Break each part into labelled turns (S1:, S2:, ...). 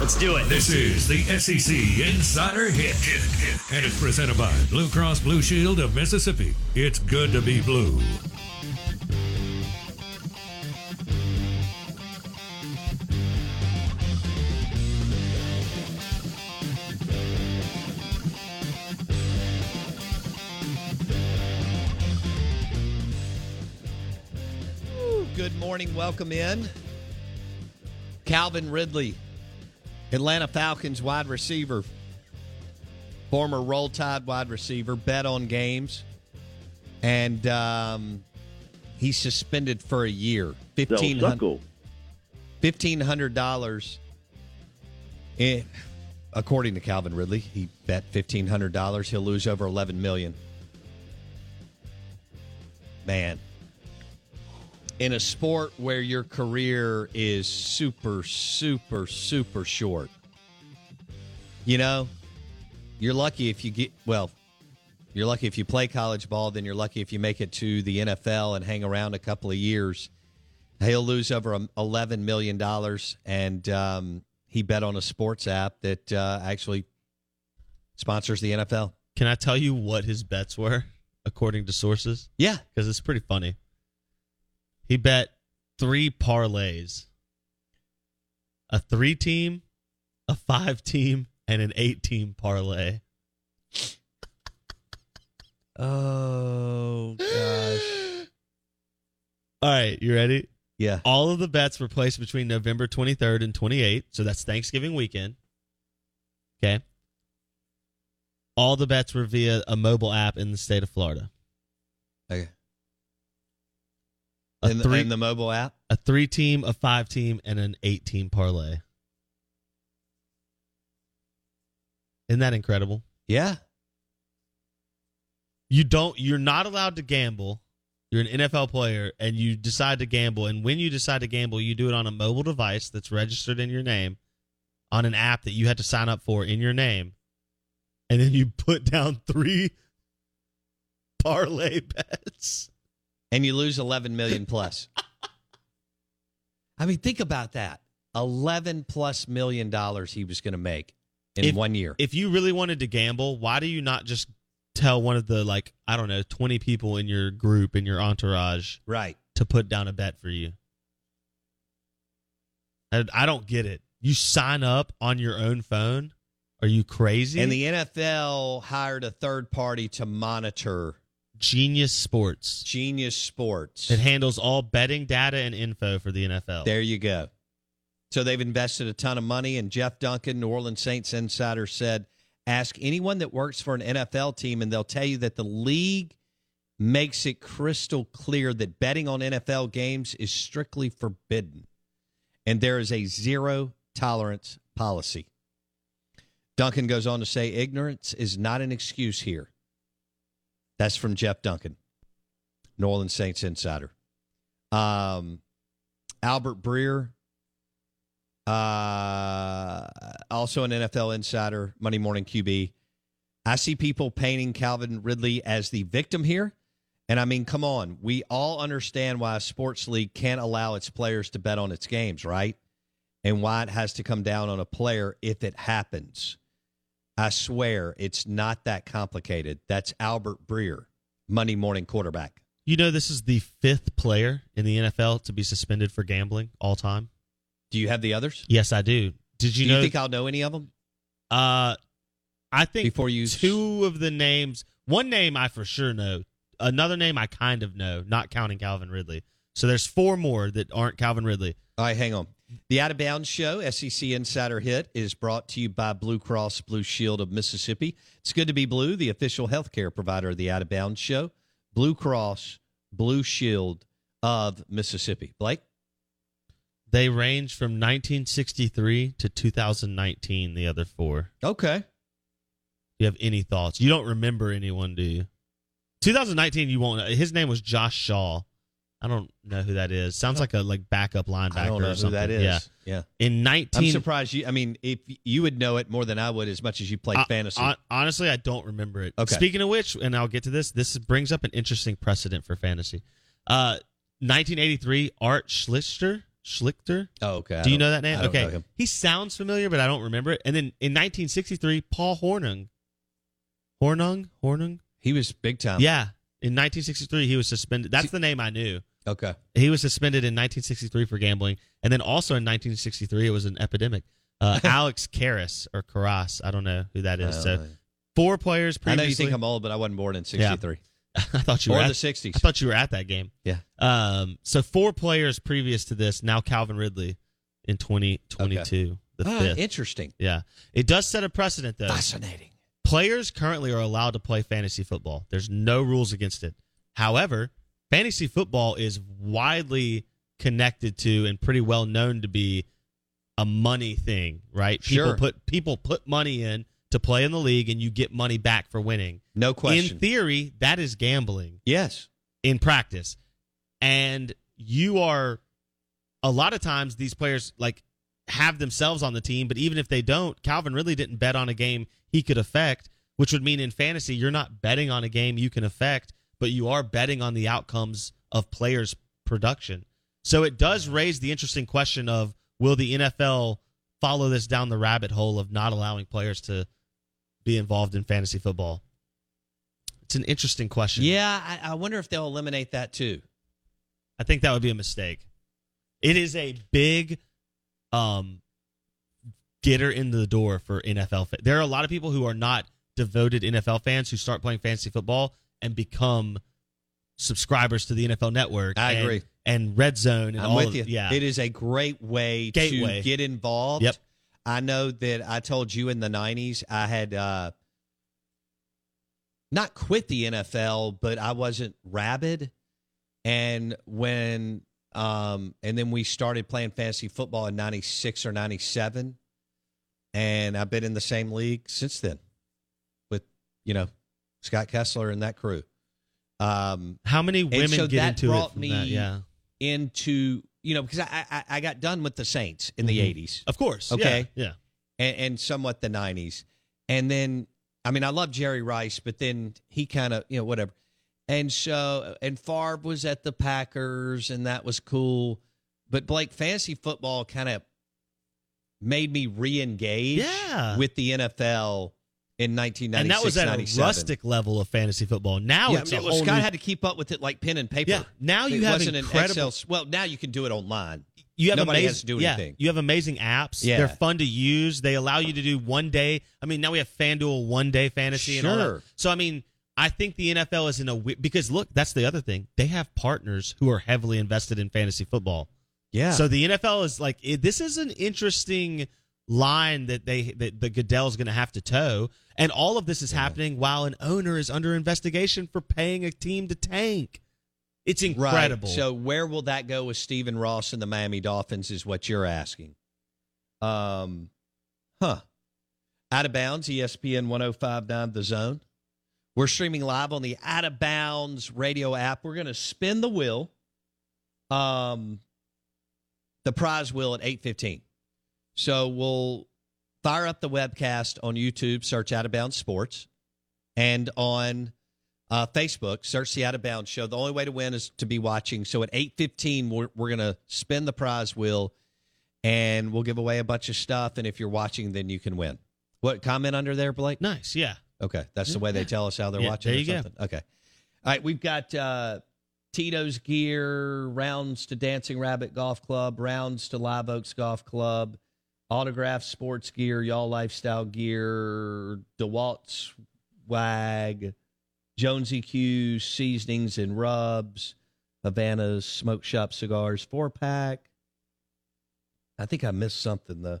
S1: Let's do it.
S2: This is the SEC Insider Hit. And it's presented by Blue Cross Blue Shield of Mississippi. It's good to be blue.
S3: Good morning. Welcome in. Calvin Ridley, Atlanta Falcons wide receiver, former Roll Tide wide receiver, bet on games, and um, he's suspended for a year. Fifteen hundred. Fifteen hundred dollars. According to Calvin Ridley, he bet fifteen hundred dollars. He'll lose over eleven million. Man, in a sport where your career is super, super, super short. You know, you're lucky if you get, well, you're lucky if you play college ball, then you're lucky if you make it to the NFL and hang around a couple of years. He'll lose over um, $11 million. And um, he bet on a sports app that uh, actually sponsors the NFL.
S4: Can I tell you what his bets were, according to sources?
S3: Yeah.
S4: Because it's pretty funny. He bet three parlays a three team, a five team, and an eight team parlay.
S3: Oh, gosh.
S4: All right, you ready?
S3: Yeah.
S4: All of the bets were placed between November 23rd and 28th. So that's Thanksgiving weekend. Okay. All the bets were via a mobile app in the state of Florida.
S3: Okay.
S4: A
S3: In the,
S4: three-
S3: in the mobile app?
S4: a three team, a five team, and an eight team parlay. Isn't that incredible?
S3: Yeah.
S4: You don't you're not allowed to gamble. You're an NFL player and you decide to gamble and when you decide to gamble, you do it on a mobile device that's registered in your name on an app that you had to sign up for in your name. And then you put down three parlay bets.
S3: and you lose 11 million plus. I mean, think about that. 11 plus million dollars he was going to make in
S4: If-
S3: one year.
S4: if you really wanted to gamble, why do you not just tell one of the like I don't know twenty people in your group in your entourage
S3: right.
S4: to put down a bet for you? I, I don't get it. You sign up on your own phone. Are you crazy?
S3: And the NFL hired a third party to monitor
S4: Genius Sports.
S3: Genius Sports.
S4: It handles all betting data and info for the NFL.
S3: There you go. So they've invested a ton of money, and Jeff Duncan, New Orleans Saints insider, said, "Ask anyone that works for an NFL team, and they'll tell you that the league makes it crystal clear that betting on NFL games is strictly forbidden, and there is a zero tolerance policy." Duncan goes on to say, "Ignorance is not an excuse here." That's from Jeff Duncan.
S5: New Orleans Saints insider. Um, Albert Breer, uh, also an NFL insider, Monday Morning QB. I see people painting Calvin Ridley as the victim here. And I mean, come on. We all understand why a sports league can't allow its players to bet on its games, right? And why it has to come down on a player if it happens. I swear it's not that complicated. That's Albert Breer, Monday morning quarterback.
S4: You know, this is the fifth player in the NFL to be suspended for gambling all time.
S5: Do you have the others?
S4: Yes, I do. Did you
S5: do
S4: know?
S5: you think I'll know any of them?
S4: uh, I think
S5: Before you-
S4: two of the names. One name I for sure know. Another name I kind of know, not counting Calvin Ridley. So there's four more that aren't Calvin Ridley.
S5: All right, hang on. The Out of Bounds Show, SEC Insider Hit, is brought to you by Blue Cross Blue Shield of Mississippi. It's good to be blue, the official healthcare provider of the Out of Bounds Show. Blue Cross Blue Shield of Mississippi. Blake?
S4: They range from 1963 to 2019. The other four.
S5: Okay.
S4: Do you have any thoughts? You don't remember anyone, do you? 2019. You won't. know. His name was Josh Shaw. I don't know who that is. Sounds like a like backup linebacker
S5: I don't know
S4: or
S5: who
S4: something.
S5: that is.
S4: Yeah.
S5: yeah.
S4: In 19.
S5: I'm surprised you. I mean, if you would know it more than I would, as much as you play
S4: I-
S5: fantasy.
S4: hon- honestly, I don't remember it.
S5: Okay.
S4: Speaking of which, and I'll get to this. This brings up an interesting precedent for fantasy. Uh, 1983, Art Schlichter. Schlichter.
S5: oh, okay. I
S4: Do you
S5: don't-
S4: know that name?
S5: I don't
S4: okay.
S5: know him.
S4: He sounds familiar, but I don't remember it. And then in 1963, Paul Hornung. Hornung? Hornung?
S5: He was big time.
S4: yeah. In 1963, he was suspended. That's the name I knew.
S5: Okay.
S4: He was suspended in 1963 for gambling, and then also in 1963 it was an epidemic. Uh, Alex Karras or Karras, I don't know who that is.
S5: I
S4: So
S5: don't know.
S4: four players
S5: I know
S4: previously.
S5: you think I'm old, but I wasn't born in '63
S4: I thought you
S5: or
S4: were
S5: the
S4: at, I
S5: '60s.
S4: thought you were at that game.
S5: Yeah.
S4: Um. So four players previous to this. Now Calvin Ridley in 2022, the
S5: Ah,
S4: fifth.
S5: interesting.
S4: yeah. It does set a precedent though.
S5: Fascinating.
S4: Players currently are allowed to play fantasy football. There's no rules against it. However, fantasy football is widely connected to and pretty well known to be a money thing, right?
S5: Sure.
S4: People put people put money in to play in the league and you get money back for winning.
S5: No question.
S4: In theory, that is gambling
S5: yes.
S4: in practice. And you are a lot of times these players like have themselves on the team, but even if they don't, Calvin Ridley didn't bet on a game he could affect, which would mean in fantasy you're not betting on a game you can affect, but you are betting on the outcomes of players' production. So it does raise the interesting question of will the NFL follow this down the rabbit hole of not allowing players to be involved in fantasy football? It's an interesting question.
S5: Yeah. I, I wonder if they'll eliminate that too.
S4: I think that would be a mistake. It is a big um getter into the door for NFL. Fa- there are a lot of people who are not devoted NFL fans who start playing fantasy football and become subscribers to the NFL Network.
S5: I
S4: and-
S5: agree.
S4: And Red Zone and
S5: I'm
S4: all
S5: with
S4: of-
S5: you.
S4: Yeah.
S5: It is a great way
S4: Gateway.
S5: to get involved.
S4: Yep.
S5: I know that I told you in the 90s I had uh not quit the NFL, but I wasn't rabid. And when um and then we started playing fantasy football in 96 or 97 and I've been in the same league since then with you know Scott Kessler and that crew. Um
S4: How many women
S5: so
S4: get
S5: that
S4: into it
S5: brought
S4: from
S5: me
S4: that? Yeah.
S5: into you know because I, I I got done with the Saints in the
S4: Mhm.
S5: '80s
S4: Of course.
S5: Okay.
S4: Yeah. yeah.
S5: and, and somewhat the '90s, and then I mean I love Jerry Rice, but then he kind of you know whatever, and so and Favre was at the Packers and that was cool, but Blake fantasy football kind of made me re-engage
S4: Yeah.
S5: with the NFL in 1996
S4: And that was at a
S5: 97.
S4: rustic level of fantasy football. Now
S5: Yeah,
S4: it's
S5: I mean,
S4: a
S5: well,
S4: whole
S5: Scott
S4: new-
S5: had to keep up with it like pen and paper.
S4: Yeah, now you
S5: it
S4: have
S5: wasn't An
S4: incredible-
S5: Excel, well, now you can do it online.
S4: you have
S5: Nobody
S4: amazing,
S5: has to do
S4: yeah,
S5: anything.
S4: you have amazing apps.
S5: Yeah.
S4: They're fun to use. They allow you to do one day. I mean, now we have FanDuel one day fantasy and all
S5: Sure.
S4: that. So I mean, I think the NFL is in a we- because look, that's the other thing. They have partners who are heavily invested in fantasy football.
S5: Yeah.
S4: So the NFL is like it, this is an interesting line that they that the Goodell's going to have to toe, and all of this is happening while an owner is under investigation for paying a team to tank. It's incredible.
S5: Right. So where will that go with Steven Ross and the Miami Dolphins is what you're asking. Um, huh. Out of bounds, ESPN 1059 The Zone.
S4: We're streaming live on the Out of Bounds radio app. We're going to spin the wheel, um, the prize wheel at 8.15. So we'll fire up the webcast on YouTube, search Out of Bounds Sports, and on uh, Facebook, search the Out of Bounds Show. The only way to win is to be watching. So at 8.15, we're, we're going to spin the prize wheel, and we'll give away a bunch of stuff. And if you're watching, then you can win. What, comment under there, Blake?
S5: Nice, yeah.
S4: Okay, that's the way they tell us how they're
S5: Yeah,
S4: watching.
S5: there
S4: or
S5: you go.
S4: something. Okay, all right. We've got uh, Tito's gear, rounds to Dancing Rabbit Golf Club, rounds to Live Oaks Golf Club, autograph sports gear, y'all lifestyle gear, DeWalt's swag, Jonesy Q's seasonings and
S3: uh,
S4: rubs, Havana's Smoke Shop cigars four pack. I think I missed something though.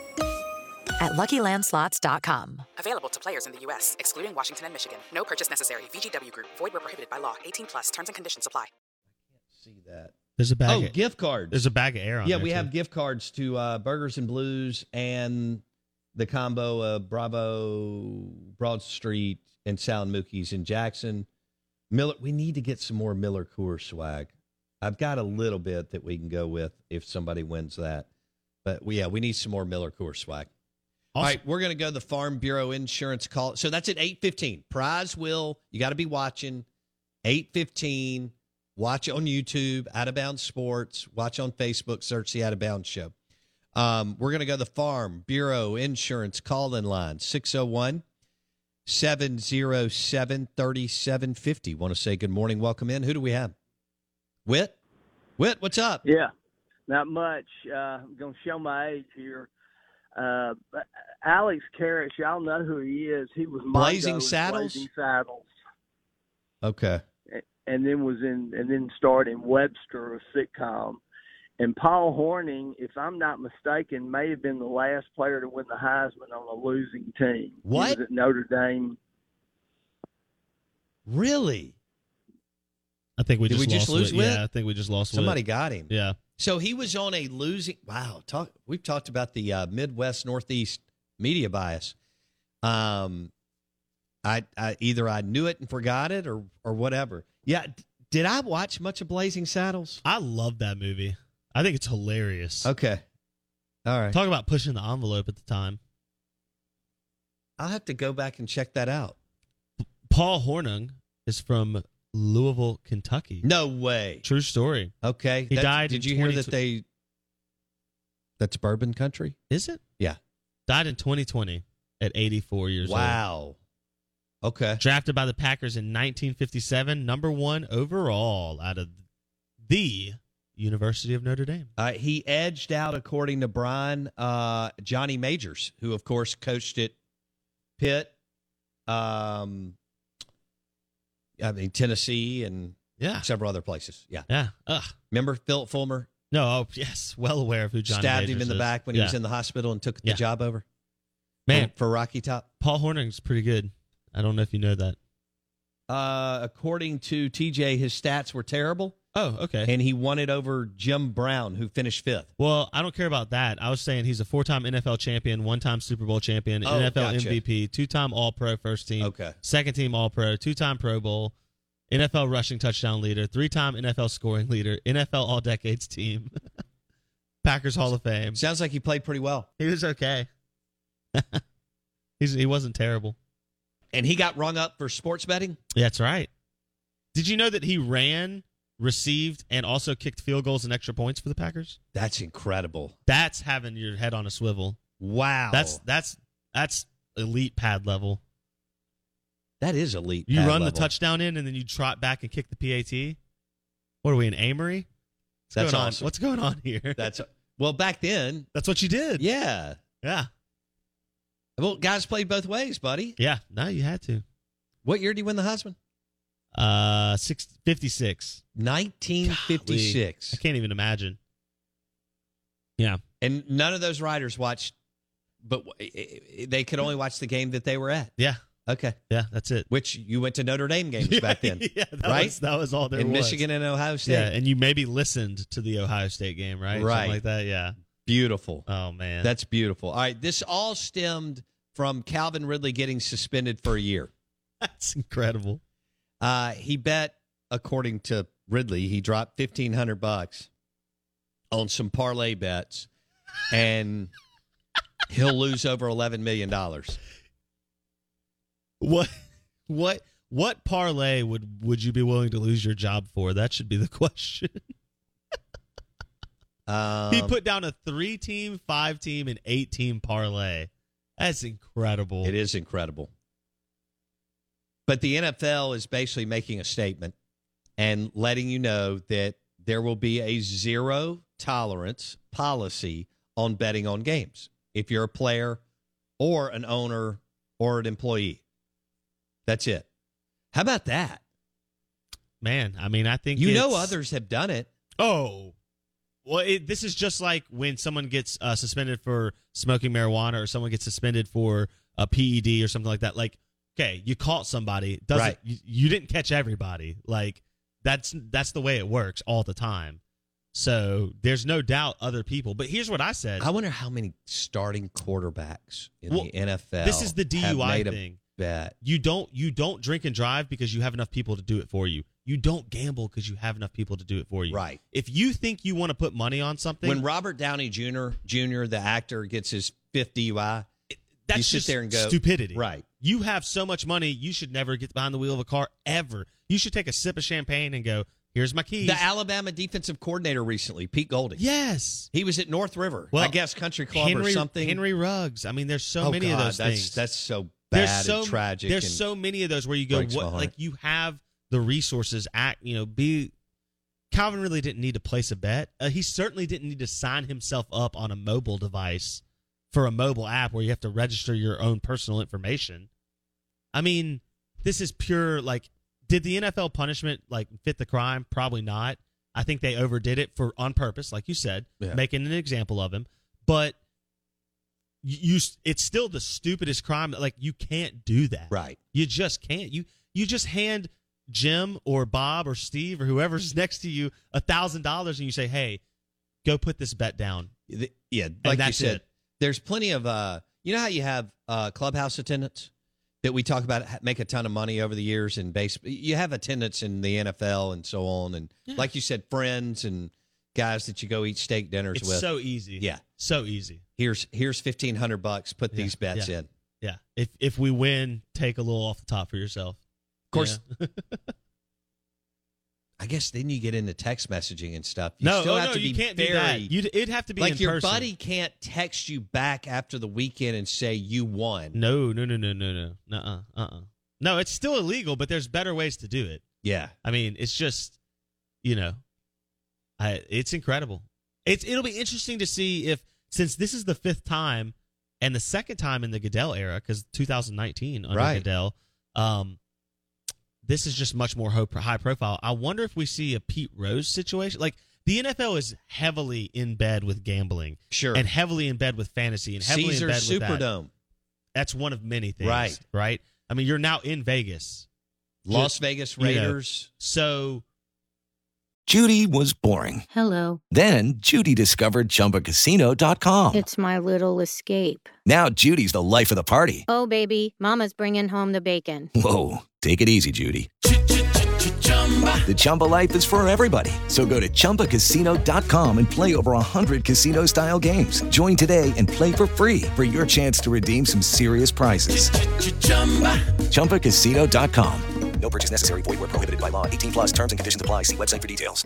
S6: at luckylandslots.com.
S1: Available to players in the U.S., excluding Washington and Michigan. No purchase necessary. VGW Group, void were prohibited by law. 18 plus terms and conditions apply.
S4: See that?
S5: There's a bag.
S4: Oh,
S5: of,
S4: gift cards.
S5: There's a bag of air on.
S4: yeah,
S5: there,
S4: we
S5: too.
S4: have gift cards to uh, Burgers and Blues and the combo of Bravo, Broad Street, and Sound Mookies in Jackson. Miller, we need to get some more Miller Coors swag. I've got a little bit that we can go with if somebody wins that. But we, yeah, we need some more Miller Coors swag. All right, we're going to go to the Farm Bureau Insurance call. So that's at 8:15. Prize will, you got to be watching 8:15. Watch on YouTube, Out of Bounds Sports, watch on Facebook, search the Out of Bounds show. Um, we're going to go to the Farm Bureau Insurance call in line 601 707 3750. Want to say good morning, welcome in. Who do we have? Whit? Whit, what's up?
S7: Yeah. Not much. Uh, I'm going to show my age here. Uh, but Alex Karras, y'all know who he is. He was Mongo
S4: Blazing
S7: in
S4: Saddles?
S7: Blazing Saddles,
S4: Okay.
S7: a- and then was in, and then starred in Webster, a sitcom. And Paul Horning, if I'm not mistaken, may have been the last player to win the Heisman on a losing team. He
S4: What?
S7: was at Notre Dame.
S4: Really?
S5: I think we
S4: Did
S5: just
S4: we
S5: lost
S4: just lose
S5: Whit.
S4: Whit?
S5: Yeah, I think we just lost. Whit.
S4: Somebody got him.
S5: Yeah.
S4: So he was on a losing. Wow, talk. We've talked about the uh, Midwest Northeast media bias. Um, I, I either I knew it and forgot it, or or whatever. Yeah. d- Did I watch much of Blazing Saddles?
S5: I love that movie. I think it's hilarious.
S4: Okay. All right.
S5: Talk about pushing the envelope at the time.
S4: I'll have to go back and check that out.
S5: Paul Hornung is from Louisville, Kentucky.
S4: No way.
S5: True story.
S4: Okay.
S5: He
S4: That's-
S5: died.
S4: Did
S5: in
S4: you hear
S5: 20
S4: that they? That's bourbon country.
S5: Is it?
S4: Yeah.
S5: Died in 2020 at 84 years old.
S4: Wow. Okay.
S5: Drafted by the Packers in 1957, number one overall out of the University of Notre Dame.
S4: Uh, he edged out, according to Brian, uh, Johnny Majors, who, of course, coached at Pitt, um, I mean, Tennessee, and
S5: Yeah.
S4: several other places. Yeah.
S5: Yeah. Ugh.
S4: Remember Philip Fulmer
S5: No. Oh, yes. Well aware of who John
S4: stabbed him
S5: Majors
S4: in the
S5: is.
S4: back when he
S5: Yeah.
S4: was in the hospital and took
S5: Yeah.
S4: the job over?
S5: Man.
S4: For Rocky Top?
S5: Paul Hornung's pretty good. I don't know if you know that.
S4: Uh, according to TJ, his stats were terrible,
S5: Oh, okay.
S4: and he won it over Jim Brown, who finished fifth.
S5: Well, I don't care about that. I was saying he's a four-time NFL champion, one-time Super Bowl champion,
S4: Oh,
S5: NFL
S4: gotcha.
S5: MVP, two-time All-Pro first team,
S4: Okay.
S5: second team All-Pro, two-time Pro Bowl, NFL rushing touchdown leader, three-time NFL scoring leader, NFL All-Decades team, Packers Hall of Fame.
S4: Sounds like he played pretty well.
S5: He was okay. he's, he wasn't terrible.
S4: And he got rung up for sports betting?
S5: That's right. Did you know that he ran received and also kicked field goals and extra points for the Packers.
S4: That's incredible.
S5: That's having your head on a swivel.
S4: Wow.
S5: That's that's that's elite pad level.
S4: That is elite.
S5: You
S4: pad
S5: run the
S4: level.
S5: touchdown in and then you trot back and kick the PAT. What are we in Amory? What's
S4: That's
S5: going on?
S4: awesome.
S5: What's going on here?
S4: That's well back then.
S5: That's what you did.
S4: Yeah.
S5: Yeah.
S4: Well, guys played both ways, buddy.
S5: Yeah. No, you had to.
S4: What year did you win the Heisman?
S5: Uh, six, 56.
S4: 1956.
S5: I can't even imagine. Yeah.
S4: And none of those riders watched, but w- i- i- they could only watch the game that they were at.
S5: Yeah.
S4: Okay.
S5: Yeah. That's it.
S4: Which you went to Notre Dame games back then,
S5: yeah. That
S4: right?
S5: Was, that was all there
S4: In
S5: was.
S4: Michigan and Ohio State.
S5: Yeah. And you maybe listened to the Ohio State game, right? Something
S4: Right.
S5: like that. Yeah.
S4: Beautiful.
S5: Oh, man.
S4: That's beautiful. All right. This all stemmed from Calvin Ridley getting suspended for a year.
S5: That's incredible.
S4: Uh, he bet, according to Ridley, he dropped fifteen hundred bucks on some parlay bets, and he'll lose over eleven million dollars.
S5: What what what parlay would would you be willing to lose your job for? That should be the question.
S4: Um,
S5: he put down a three team, five team, and eight team parlay. That's incredible.
S4: it is incredible, but the NFL is basically making a statement and letting you know that there will be a zero tolerance policy on betting on games if you're a player or an owner or an employee. That's it. How about that?
S5: Man, I mean, I think
S4: You know
S5: it's-
S4: others have done it.
S5: Oh, well, it, this is just like when someone gets uh, suspended for smoking marijuana, or someone gets suspended for uh, a PED or something like that. Like, okay, you caught somebody, it doesn't
S4: Right.
S5: you, you didn't catch everybody? Like, that's that's the way it works all the time. So there's no doubt other people. But here's what I said.
S4: I wonder how many starting quarterbacks in
S5: Well,
S4: the NFL.
S5: this is the
S4: have
S5: DUI
S4: made a
S5: thing.
S4: Bet.
S5: you don't you don't drink and drive because you have enough people to do it for you. You don't gamble because you have enough people to do it for you.
S4: Right.
S5: If you think you want to put money on something,
S4: When Robert Downey Jr., Jr., the actor, gets his fifth DUI,
S5: that's
S4: you sit
S5: just
S4: there and go
S5: stupidity.
S4: Right.
S5: You have so much money, you should never get behind the wheel of a car ever. You should take a sip of champagne and go, "Here's my keys."
S4: The Alabama defensive coordinator recently, Pete Golding.
S5: yes.
S4: He was at North River,
S5: Well,
S4: I guess Country Club
S5: Henry,
S4: or something.
S5: Henry Ruggs. I mean, there's so
S4: oh,
S5: many
S4: God,
S5: of those
S4: that's,
S5: things.
S4: That's so bad
S5: there's so
S4: and tragic.
S5: There's
S4: and-
S5: so many of those where you go,
S4: breaks my
S5: what?
S4: heart.
S5: Like you have the resources. At you know, be Calvin really didn't need to place a bet. Uh, he certainly didn't need to sign himself up on a mobile device for a mobile app where you have to register your own personal information. I mean, this is pure like. Did the NFL punishment like fit the crime? Probably not. I think they overdid it for on purpose, like you said,
S4: Yeah.
S5: making an example of him. But you, you it's still the stupidest crime like you can't do that
S4: Right.
S5: you just can't you you just hand jim or bob or steve or whoever's next to you a thousand dollars and you say hey go put this bet down
S4: The- yeah, like
S5: that's
S4: you said,
S5: it.
S4: there's plenty of uh, you know how you have uh, clubhouse attendants that we talk about ha- make a ton of money over the years in base. You have attendants in the NFL and so on, and
S5: Yeah.
S4: like you said, friends and guys that you go eat steak dinners
S5: it's
S4: with.
S5: so easy
S4: yeah,
S5: so easy
S4: here's here's fifteen hundred bucks. Put these
S5: Yeah,
S4: bets
S5: yeah.
S4: in. Of
S5: yeah if if we win take a little off the top for yourself of
S4: course,
S5: yeah.
S4: I guess then you get into text messaging and stuff. You
S5: no
S4: still
S5: oh,
S4: have
S5: no,
S4: to be
S5: you can't
S4: very
S5: do that You'd, it'd have to be
S4: like
S5: in
S4: your
S5: person.
S4: buddy can't text you back after the weekend and say you won.
S5: no no no no no no no uh uh no it's still illegal but there's better ways to do it
S4: Yeah,
S5: I mean, it's just, you know, I it's incredible. It's it'll be interesting to see if since this is the fifth time and the second time in the Goodell era because 2019 under
S4: Right.
S5: Goodell, um, this is just much more ho- high profile. I wonder if we see a Pete Rose situation like. The NFL is heavily in bed with gambling,
S4: Sure.
S5: and heavily in bed with fantasy, and heavily
S4: Caesar
S5: in bed with that.
S4: Superdome,
S5: That's one of many things,
S4: Right.
S5: Right. I mean, you're now in Vegas,
S4: Las
S5: Just,
S4: Vegas
S5: you know,
S4: Raiders.
S5: so
S8: Judy was boring.
S9: Hello.
S8: Then Judy discovered ChumbaCasino.com.
S9: It's my little escape.
S8: Now Judy's the life of the party.
S9: Oh, baby. Mama's bringing home the bacon.
S8: Whoa, take it easy, Judy. The Chumba life is for everybody. So go to ChumbaCasino.com and play over 100 casino style games. Join today and play for free for your chance to redeem some serious prizes. ChumbaCasino.com. No purchase necessary. Void where prohibited by law. 18 plus terms and conditions apply. See website for details.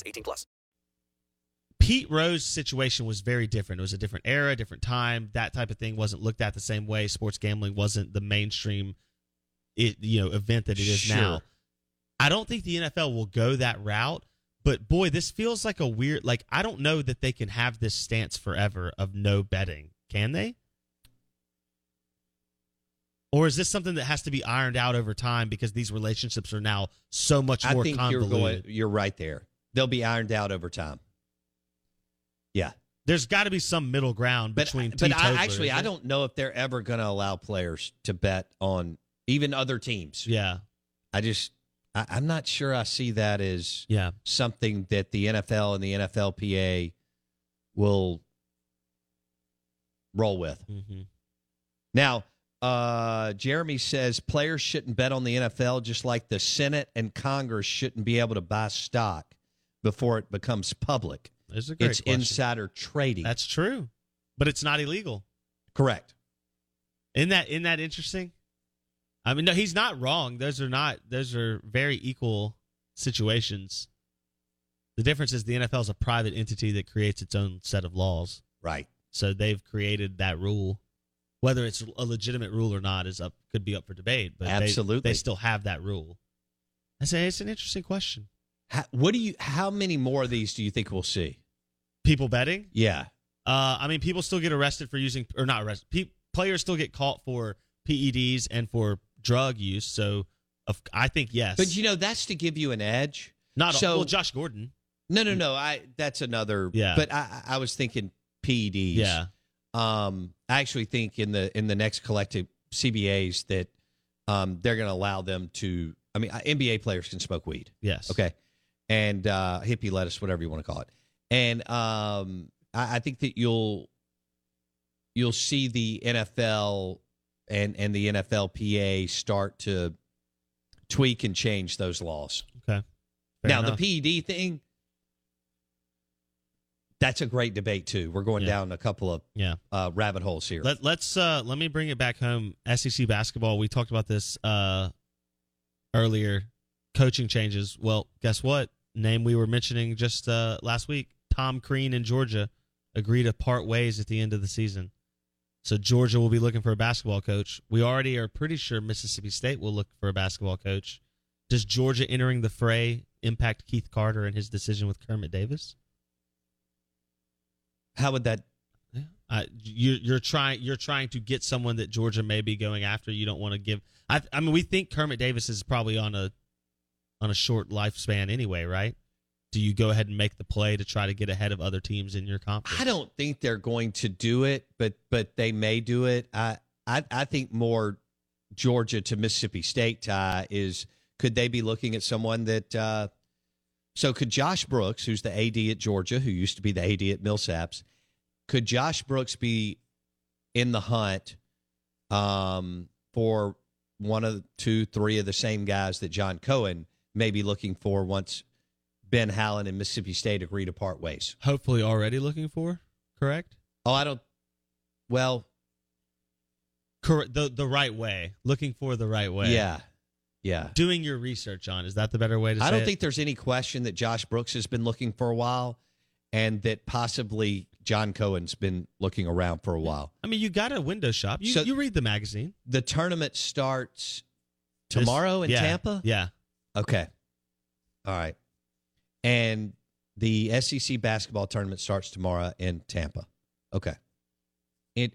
S8: 18 plus.
S10: Pete Rose's situation was very different. It was a different era, different time. That type of thing wasn't looked at the same way. Sports gambling wasn't the mainstream, it, you know, event that it is
S4: Sure.
S10: now. I don't think the NFL will go that route. But boy, this feels like a weird. Like I don't know that they can have this stance forever of no betting. Can they? Or is this something that has to be ironed out over time because these relationships are now so much
S4: I
S10: more
S4: think you're
S10: convoluted?
S4: going. You're right there. They'll be ironed out over time. Yeah,
S10: There's got to be some middle ground
S4: but uh,
S10: between.
S4: but
S10: teetotalers,
S4: I, actually, I
S10: isn't it?
S4: don't know if they're ever going to allow players to bet on even other teams.
S10: Yeah,
S4: I just I, I'm not sure I see that as
S10: yeah.
S4: something that the NFL and the NFLPA will roll with.
S10: Mm-hmm.
S4: Now, uh, Jeremy says players shouldn't bet on the NFL just like the Senate and Congress shouldn't be able to buy stock before it becomes public.
S10: It's a great
S4: It's
S10: question.
S4: insider trading.
S10: That's true, but it's not illegal.
S4: correct.
S10: Isn't that isn't that interesting? I mean, no, he's not wrong. Those are not those are very equal situations. The difference is the NFL is a private entity that creates its own set of laws.
S4: Right.
S10: So they've created that rule. Whether it's a legitimate rule or not is up could be up for debate. But they-
S4: Absolutely.
S10: they still have that rule. I say it's an interesting question.
S4: How, what do you? How many more of these do you think we'll see?
S10: People betting.
S4: Yeah.
S10: Uh, I mean, people still get arrested for using, or not arrested. Pe- players still get caught for PEDs and for drug use. So, of, I think yes,
S4: But you know that's to give you an edge.
S10: not
S4: so.
S10: all, well. Josh Gordon.
S4: no, no, no. I that's another.
S10: Yeah.
S4: But I, I I was thinking PEDs.
S10: Yeah.
S4: Um, I actually think in the in the next collective CBAs that um, they're going to allow them to. I mean, I- NBA players can smoke weed.
S10: Yes.
S4: Okay. And uh, hippie lettuce, whatever you want to call it. And um, I, I think that you'll you'll see the NFL and and the NFLPA start to tweak and change those laws.
S10: Okay. Fair
S4: now
S10: enough.
S4: the PED thing. That's a great debate too. We're going
S10: Yeah.
S4: down a couple of
S10: Yeah.
S4: uh, rabbit holes here.
S10: Let, let's uh, let me bring it back home. SEC basketball. We talked about this uh, earlier. Coaching changes. Well, guess what? Name we were mentioning just uh, last week. Tom Crean in Georgia agreed to part ways at the end of the season. So Georgia will be looking for a basketball coach. We already are pretty sure Mississippi State will look for a basketball coach. Does Georgia entering the fray impact Keith Carter and his decision with Kermit Davis?
S4: How would that?
S10: Uh, you're you're trying you're trying to get someone that Georgia may be going after. You don't want to give. I I mean, we think Kermit Davis is probably on a on a short lifespan anyway, right? Do you go ahead and make the play to try to get ahead of other teams in your conference?
S4: I don't think they're going to do it, but but they may do it. I I, I think more Georgia to Mississippi State tie is could they be looking at someone that? Uh, so could Josh Brooks, who's the AD at Georgia, who used to be the AD at Millsaps, could Josh Brooks be in the hunt um, for one of the two, three of the same guys that John Cohen may be looking for once Ben Hallen and Mississippi State agree to part ways?
S10: Hopefully, already looking for correct.
S4: Oh, I don't. Well,
S10: Correct the the right way. Looking for the right way.
S4: yeah, yeah.
S10: Doing your research on is that the better way to?
S4: I
S10: say
S4: don't
S10: it?
S4: think there's any question that Josh Brooks has been looking for a while, and that possibly John Cohen's been looking around for a while.
S10: I mean, you got a window shop. You
S4: So-
S10: you read the magazine
S4: The tournament starts tomorrow in
S10: Yeah,
S4: Tampa.
S10: Yeah.
S4: Okay. All right. And the SEC basketball tournament starts tomorrow in Tampa. Okay. It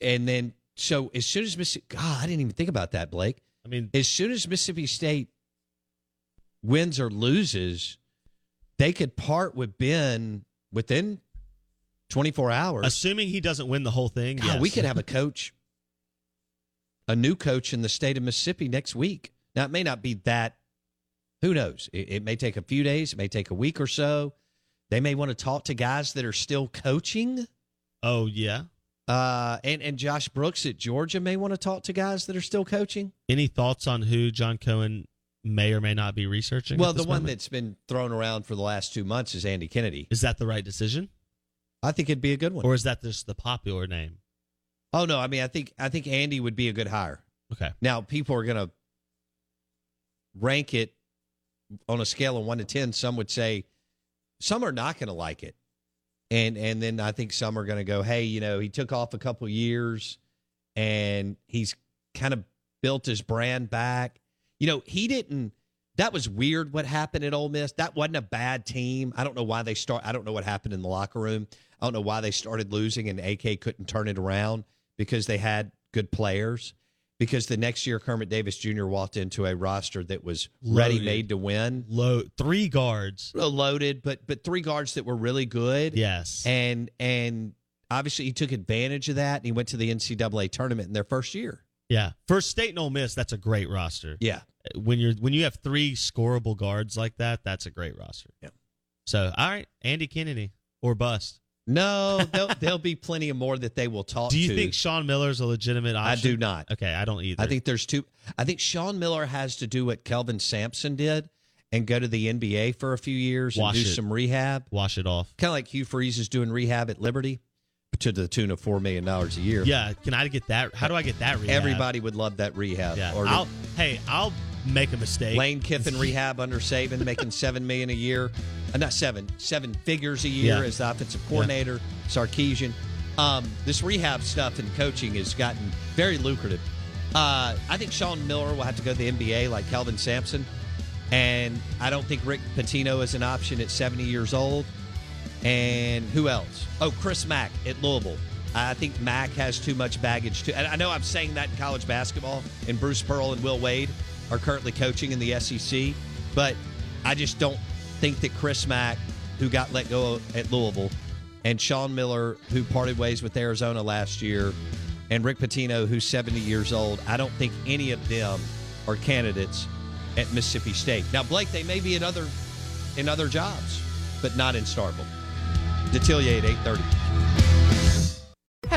S4: and then so as soon as Mississippi God, I didn't even think about that, Blake.
S10: I mean,
S4: as soon as Mississippi State wins or loses, they could part with Ben within 24 hours.
S10: Assuming he doesn't win the whole thing,
S4: God, we
S10: yes.
S4: could have a coach, a new coach in the state of Mississippi next week, Now, it may not be that, who knows? It, it may take a few days, it may take a week or so. They may want to talk to guys that are still coaching.
S10: Oh, yeah.
S4: Uh, and, and Josh Brooks at Georgia may want to talk to guys that are still coaching.
S10: Any thoughts on who John Cohen may or may not be researching?
S4: Well,
S10: at
S4: the
S10: this
S4: one
S10: moment?
S4: that's been thrown around for the last two months is Andy Kennedy.
S10: is that the right decision,
S4: I think it'd be a good one.
S10: or is that just the popular name?
S4: oh no, I mean, I think I think Andy would be a good hire.
S10: Okay.
S4: Now people are gonna rank it on a scale of one to ten. Some would say some are not gonna like it, and and then I think some are gonna go, hey, you know, he took off a couple years, and he's kind of built his brand back. You know, he didn't. That was weird what happened at Ole Miss. That wasn't a bad team. I don't know why they start. I don't know what happened in the locker room. I don't know why they started losing and AK couldn't turn it around because they had good players. Because the next year Kermit Davis Jr. walked into a roster that was ready
S10: Loaded.
S4: made to win,
S10: Low three guards.
S4: loaded, but but three guards that were really good.
S10: Yes.
S4: and and obviously he took advantage of that and he went to the NCAA tournament in their first year.
S10: yeah. First State and Ole Miss. That's a great roster.
S4: Yeah,
S10: When you're when you have three scorable guards like that, that's a great roster.
S4: Yeah.
S10: So all right, Andy Kennedy or bust.
S4: no, there'll, there'll be plenty of more that they will talk.
S10: Do you
S4: to.
S10: think Sean Miller's a legitimate
S4: I
S10: option?
S4: do not.
S10: Okay, I don't either.
S4: I think there's two. I think Sean Miller has to do what Kelvin Sampson did and go to the NBA for a few years
S10: Wash
S4: and do
S10: it.
S4: some rehab,
S10: wash it off.
S4: kind of like Hugh Freeze is doing rehab at Liberty to the tune of four million dollars a year.
S10: Yeah. Can I get that? How do I get that? Rehab?
S4: everybody would love that rehab.
S10: Yeah.
S4: Or
S10: I'll, hey, I'll make a mistake.
S4: Lane Kiffin rehab under Saban, making seven million a year, uh, not seven, seven figures a year
S10: Yeah.
S4: as the offensive coordinator. Sarkeesian. Um, this rehab stuff and coaching has gotten very lucrative. Uh, I think Sean Miller will have to go to the NBA like Calvin Sampson, and I don't think Rick Pitino is an option at 70 years old. And who else? Oh, Chris Mack at Louisville. I think Mack has too much baggage too. And I know I'm saying that in college basketball, and Bruce Pearl and Will Wade are currently coaching in the SEC, but I just don't think that Chris Mack, who got let go at Louisville, and Sean Miller, who parted ways with Arizona last year, and Rick Pitino, who's 70 years old, I don't think any of them are candidates at Mississippi State. Now, Blake, they may be in other in other jobs, but not in Starville. Detillier at 830.